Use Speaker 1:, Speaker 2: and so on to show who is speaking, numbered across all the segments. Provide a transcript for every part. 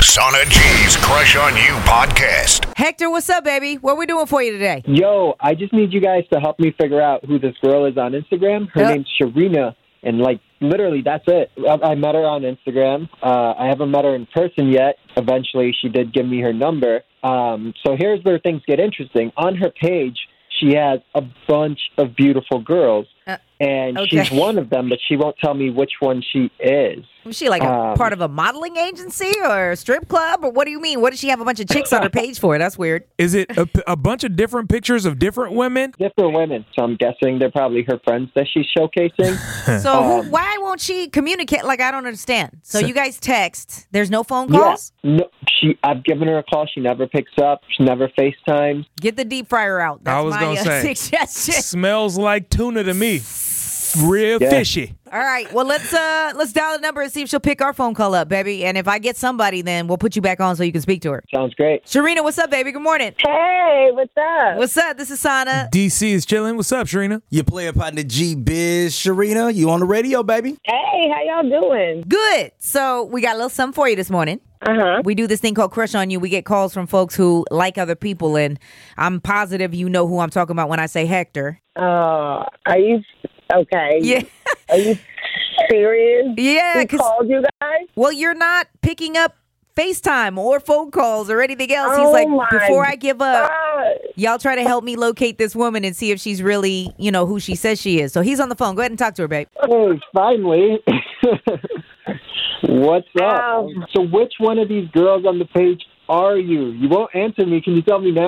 Speaker 1: Sauna G's Crush on You podcast.
Speaker 2: Hector, what's up, baby? What we doing for you today?
Speaker 3: Yo, I just need you guys to help me figure out who this girl is on Instagram. Her
Speaker 2: Yep.
Speaker 3: name's Sharina, and like literally, that's it. I, I met her on Instagram. Uh, I haven't met her in person yet. Eventually, she did give me her number. Um, so here's where things get interesting. On her page, she has a bunch of beautiful girls,
Speaker 2: Uh,
Speaker 3: and
Speaker 2: okay.
Speaker 3: she's one of them, but she won't tell me which one she is.
Speaker 2: Was she like a
Speaker 3: Um,
Speaker 2: part of a modeling agency or a strip club? Or what do you mean? What does she have a bunch of chicks on her page for? That's weird.
Speaker 4: Is it a, a bunch of different pictures of different women?
Speaker 3: Different women, so I'm guessing they're probably her friends that she's showcasing.
Speaker 2: So who,
Speaker 4: Um,
Speaker 2: why won't she communicate? Like, I don't understand. So, you guys text. There's no phone
Speaker 3: Yeah.
Speaker 2: calls?
Speaker 3: No, she. I've given her a call. She never picks up. She never FaceTimes.
Speaker 2: Get the deep fryer out. That's
Speaker 4: I was
Speaker 2: my
Speaker 4: gonna
Speaker 2: uh,
Speaker 4: say.
Speaker 2: suggestion.
Speaker 4: Smells like tuna to me. Real
Speaker 3: Yeah.
Speaker 4: fishy.
Speaker 2: All right. Well, let's uh let's dial the number and see if she'll pick our phone call up, baby. And if I get somebody, then we'll put you back on so you can speak to her.
Speaker 3: Sounds great.
Speaker 2: Sharina, what's up, baby? Good morning.
Speaker 5: Hey, what's up?
Speaker 2: What's up? This is Sana.
Speaker 4: DC is chilling. What's up, Sharina?
Speaker 6: Your player partner G Biz Sharina, you on the radio, baby?
Speaker 5: hey, how y'all doing?
Speaker 2: Good. So we got a little something for you this morning.
Speaker 5: Uh huh.
Speaker 2: We do this thing called Crush on You. We get calls from folks who like other people, and I'm positive you know who I'm talking about when I say Hector.
Speaker 5: Uh, are you okay?
Speaker 2: Yeah.
Speaker 5: Are you serious?
Speaker 2: Yeah.
Speaker 5: Who
Speaker 2: 'cause-
Speaker 5: called you guys?
Speaker 2: well, you're not picking up FaceTime or phone calls or anything else. He's
Speaker 5: Oh
Speaker 2: like,
Speaker 5: my
Speaker 2: before I give up,
Speaker 5: God.
Speaker 2: y'all try to help me locate this woman and see if she's really, you know, who she says she is. So he's on the phone. Go ahead and talk to her, babe.
Speaker 3: Hey, finally. What's up?
Speaker 5: Um.
Speaker 3: So, which one of these girls on the page are you? You won't answer me. Can you tell me now?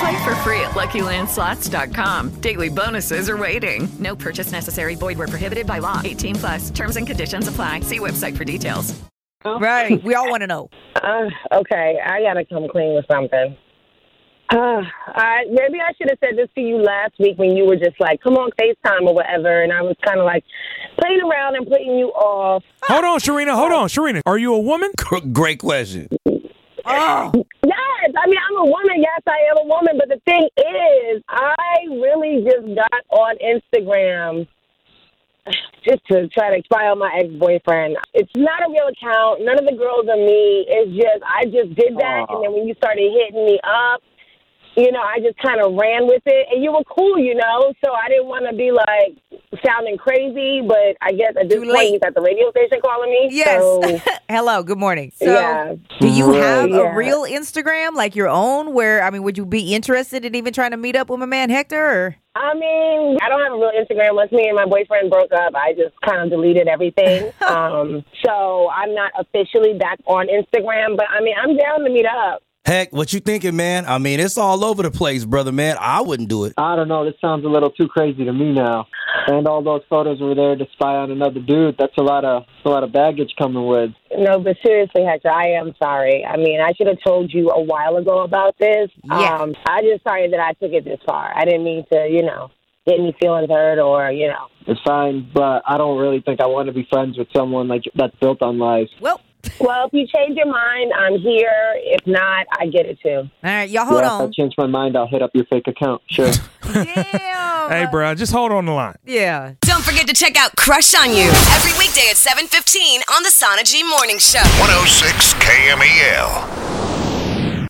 Speaker 7: Play for free at LuckyLandSlots.com. Daily bonuses are waiting. No purchase necessary. Void were prohibited by law. 18 plus. Terms and conditions apply. See website for details.
Speaker 5: Oh.
Speaker 2: Right. We all want to know.
Speaker 5: Uh, okay, I gotta come clean with something. Uh, I, maybe I should have said this to you last week when you were just like, "Come on, Facetime" or whatever, and I was kind of like playing around and putting you off.
Speaker 4: Hold on, Sharina. Hold on, Sharina. Are you a woman?
Speaker 6: Great question.
Speaker 5: Yes, I mean I'm a woman. Yes, I am a woman. But the thing is, I really just got on Instagram just to try to expire my ex boyfriend. It's not a real account. None of the girls are me. It's just I just did that,
Speaker 3: Aw.
Speaker 5: and then when you started hitting me up, you know, I just kind of ran with it, and you were cool, you know. So I didn't want to be like sounding crazy, but I guess at this
Speaker 2: Too
Speaker 5: point
Speaker 2: late.
Speaker 5: you got the radio station calling me.
Speaker 2: Yes.
Speaker 5: So,
Speaker 2: Hello. Good morning. So,
Speaker 5: yeah.
Speaker 2: Do you have
Speaker 5: yeah.
Speaker 2: a real Instagram like your own? Where I mean, would you be interested in even trying to meet up with my man Hector? Or?
Speaker 5: I mean, I don't have a real Instagram. Once me and my boyfriend broke up, I just kind of deleted everything. um, so I'm not officially back on Instagram, but I mean, I'm down to meet up.
Speaker 6: Heck, what you thinking, man? I mean, it's all over the place, brother, man. I wouldn't do it.
Speaker 3: I don't know. This sounds a little too crazy to me now. And all those photos were there to spy on another dude. That's a lot of that's a lot of baggage coming with.
Speaker 5: No, but seriously, Hector, I am sorry. I mean, I should have told you a while ago about this.
Speaker 2: Yeah.
Speaker 5: Um, I just sorry that I took it this far. I didn't mean to, you know, get any feelings hurt or, you know.
Speaker 3: It's fine, but I don't really think I want to be friends with someone like that's built on lies.
Speaker 2: Well,
Speaker 5: Well, if you change your mind, I'm here. If not, I get it too.
Speaker 2: all right, y'all hold
Speaker 3: yeah, If I change my mind, I'll hit up your fake account. Sure.
Speaker 2: on. Damn.
Speaker 4: Hey, bro, just hold on the line.
Speaker 2: Yeah.
Speaker 8: Don't forget to check out Crush on You
Speaker 1: oh
Speaker 8: every weekday at 7:15 on the Sana G Morning Show.
Speaker 1: E 106 KMEL.